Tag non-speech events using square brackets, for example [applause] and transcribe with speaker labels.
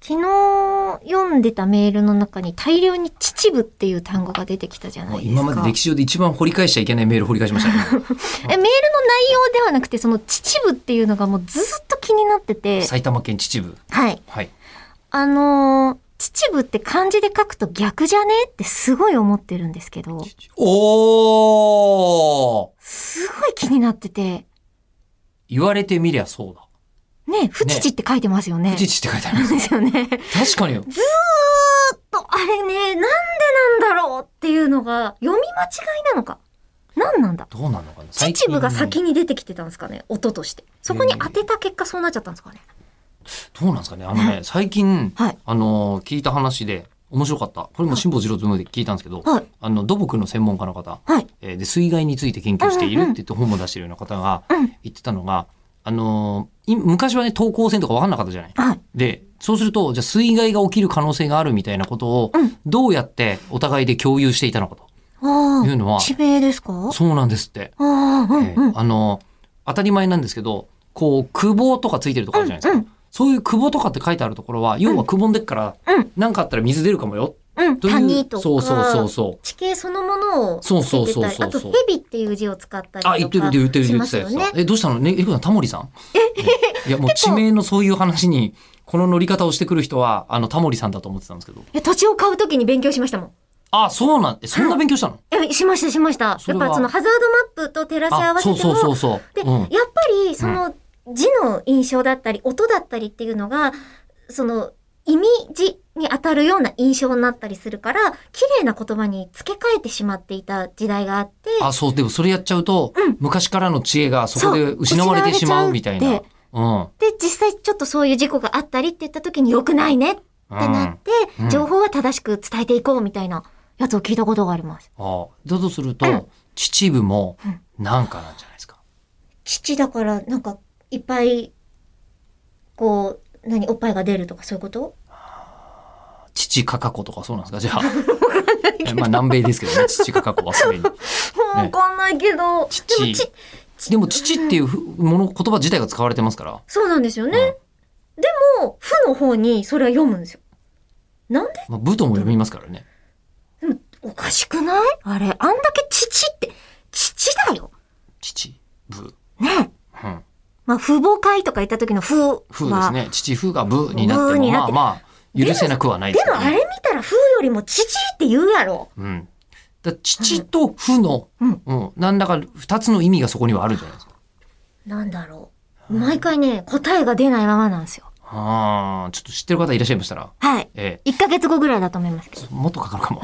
Speaker 1: 昨日読んでたメールの中に大量に秩父っていう単語が出てきたじゃないですか。
Speaker 2: 今まで歴史上で一番掘り返しちゃいけないメール掘り返し
Speaker 1: [laughs]
Speaker 2: ましたね。
Speaker 1: えメールの内容ではなくて、その秩父っていうのがもうずっと気になってて、
Speaker 2: 埼玉県秩父。
Speaker 1: はい。
Speaker 2: はい。
Speaker 1: あのー秩父って漢字で書くと逆じゃねってすごい思ってるんですけど、
Speaker 2: おー
Speaker 1: すごい気になってて、
Speaker 2: 言われてみりゃそうだ。
Speaker 1: ね、不秩って書いてますよね。
Speaker 2: 不父って書いてあります。
Speaker 1: [laughs] ですよね。
Speaker 2: 確かによ。
Speaker 1: と、あれね、なんでなんだろうっていうのが、読み間違いなのか。なんなんだ
Speaker 2: どうなのかな最近
Speaker 1: 秩父が先に出てきてたんですかね音として。そこに当てた結果そうなっちゃったんですかね、
Speaker 2: どうなんですかねあのね、最近、
Speaker 1: はい
Speaker 2: あのー、聞いた話で、面白かった。これも辛坊治郎ズームで聞いたんですけど、
Speaker 1: はい
Speaker 2: あの、土木の専門家の方、
Speaker 1: はい。
Speaker 2: えーで、水害について研究してい
Speaker 1: うん
Speaker 2: るっ
Speaker 1: うんうん
Speaker 2: て言って本も出してるような方が
Speaker 1: うん。
Speaker 2: 言ってたのが、あのーい昔はね、東高線とか分かんなかったじゃない。
Speaker 1: はい。
Speaker 2: で、そうすると、じゃあ水害が起きる可能性があるみたいなことを
Speaker 1: うん、
Speaker 2: どうやってお互いで共有していたのかと。
Speaker 1: ああ。
Speaker 2: いうのは
Speaker 1: 地名ですか
Speaker 2: そうなんですって。
Speaker 1: ああ、うん
Speaker 2: え
Speaker 1: うん。
Speaker 2: ーあの、当たり前なんですけど、こう、久保とかついてるとこあるじゃないですか。
Speaker 1: うんうん
Speaker 2: そういう久保とかって書いてあるところは、要はくぼんでっから、
Speaker 1: うん
Speaker 2: なんかあったら水出るかもよ。
Speaker 1: うん。
Speaker 2: という
Speaker 1: 谷とか。
Speaker 2: そうそうそうそう。
Speaker 1: 地形そのものを
Speaker 2: そう
Speaker 1: つけ
Speaker 2: そう
Speaker 1: て
Speaker 2: そう
Speaker 1: た
Speaker 2: そう
Speaker 1: り、
Speaker 2: そう
Speaker 1: あと蛇っていう字を使ったりとか
Speaker 2: あ、言ってる言ってる
Speaker 1: し
Speaker 2: 言
Speaker 1: ま
Speaker 2: って
Speaker 1: すよ
Speaker 2: たやつだ
Speaker 1: ね。
Speaker 2: え、どうしたのね、え、ふうさん、タモリさんえいや、もう地名のそういう話に、この乗り方をしてくる人は、あの、タモリさんだと思ってたんですけど。
Speaker 1: え、土地を買うときに勉強しましたもん。
Speaker 2: あ、そうなん、え、そんな勉強したの
Speaker 1: え、しましたしました。
Speaker 2: そ
Speaker 1: や
Speaker 2: れ
Speaker 1: っ
Speaker 2: は
Speaker 1: ぱそのハザードマップと照らし合
Speaker 2: あ、
Speaker 1: わせ
Speaker 2: そう
Speaker 1: ても
Speaker 2: そうそうそ
Speaker 1: で、
Speaker 2: う。うん。
Speaker 1: やっぱりその字の印象だったり、音だったりっていうのが、その意味字に当たるような印象になったりするから、綺麗な言葉に付け替えてしまっていた時代があって、
Speaker 2: あ、そう、でもそれやっちゃうと、
Speaker 1: うん
Speaker 2: 昔からの知恵がそこで
Speaker 1: そう
Speaker 2: 失われてしまうみたい
Speaker 1: 失わ
Speaker 2: な。
Speaker 1: れち
Speaker 2: うん。っ
Speaker 1: で、実際ちょっとそういう事故があったりって言った時に良くないねってなって、
Speaker 2: うん
Speaker 1: 情報は正しく伝えていこうみたいなやつを聞いたことがあります。
Speaker 2: あだとする
Speaker 1: う
Speaker 2: と
Speaker 1: ん、
Speaker 2: 秩父も
Speaker 1: うん、
Speaker 2: なんかなんじゃないですか。
Speaker 1: 父だからなんかいっぱい、こう、何、おっぱいが出るとかそういうこと
Speaker 2: 父かか子とかそうなんです
Speaker 1: [laughs]
Speaker 2: か、じゃあ。えまあ南米ですけどね、父かか子は
Speaker 1: [laughs]
Speaker 2: すでに。
Speaker 1: わかんないけど。
Speaker 2: 父
Speaker 1: でもち、
Speaker 2: でも、父っていうふもの、言葉自体が使われてますから。
Speaker 1: そうなんですよね。でも、負の方にそれは読むんですよ。なんで
Speaker 2: まあ、武とも読みますからね。
Speaker 1: でもおかしくないあれ、あんだけ父って、父だよ。
Speaker 2: 父、武。
Speaker 1: ねえ。
Speaker 2: うん。
Speaker 1: まあ、父母会とか言った時の父は。
Speaker 2: 風ですね。父風が武になって
Speaker 1: 武
Speaker 2: も、
Speaker 1: になっ
Speaker 2: まあ
Speaker 1: て
Speaker 2: まあ、許せなくはない
Speaker 1: で
Speaker 2: けど
Speaker 1: もあれ見たら父よりも父って言うやろ。
Speaker 2: うん。だから父と父の、う
Speaker 1: うんん、
Speaker 2: なんだか二つの意味がそこにはあるんじゃないですか。
Speaker 1: なんだろう。毎回ね、答えが出ないままなんですよ。
Speaker 2: ああ、ちょっと知ってる方いらっしゃいましたら、
Speaker 1: はい。
Speaker 2: え
Speaker 1: 1ヶ月後ぐらいだと思いますけど。
Speaker 2: え、もっとかかるかも。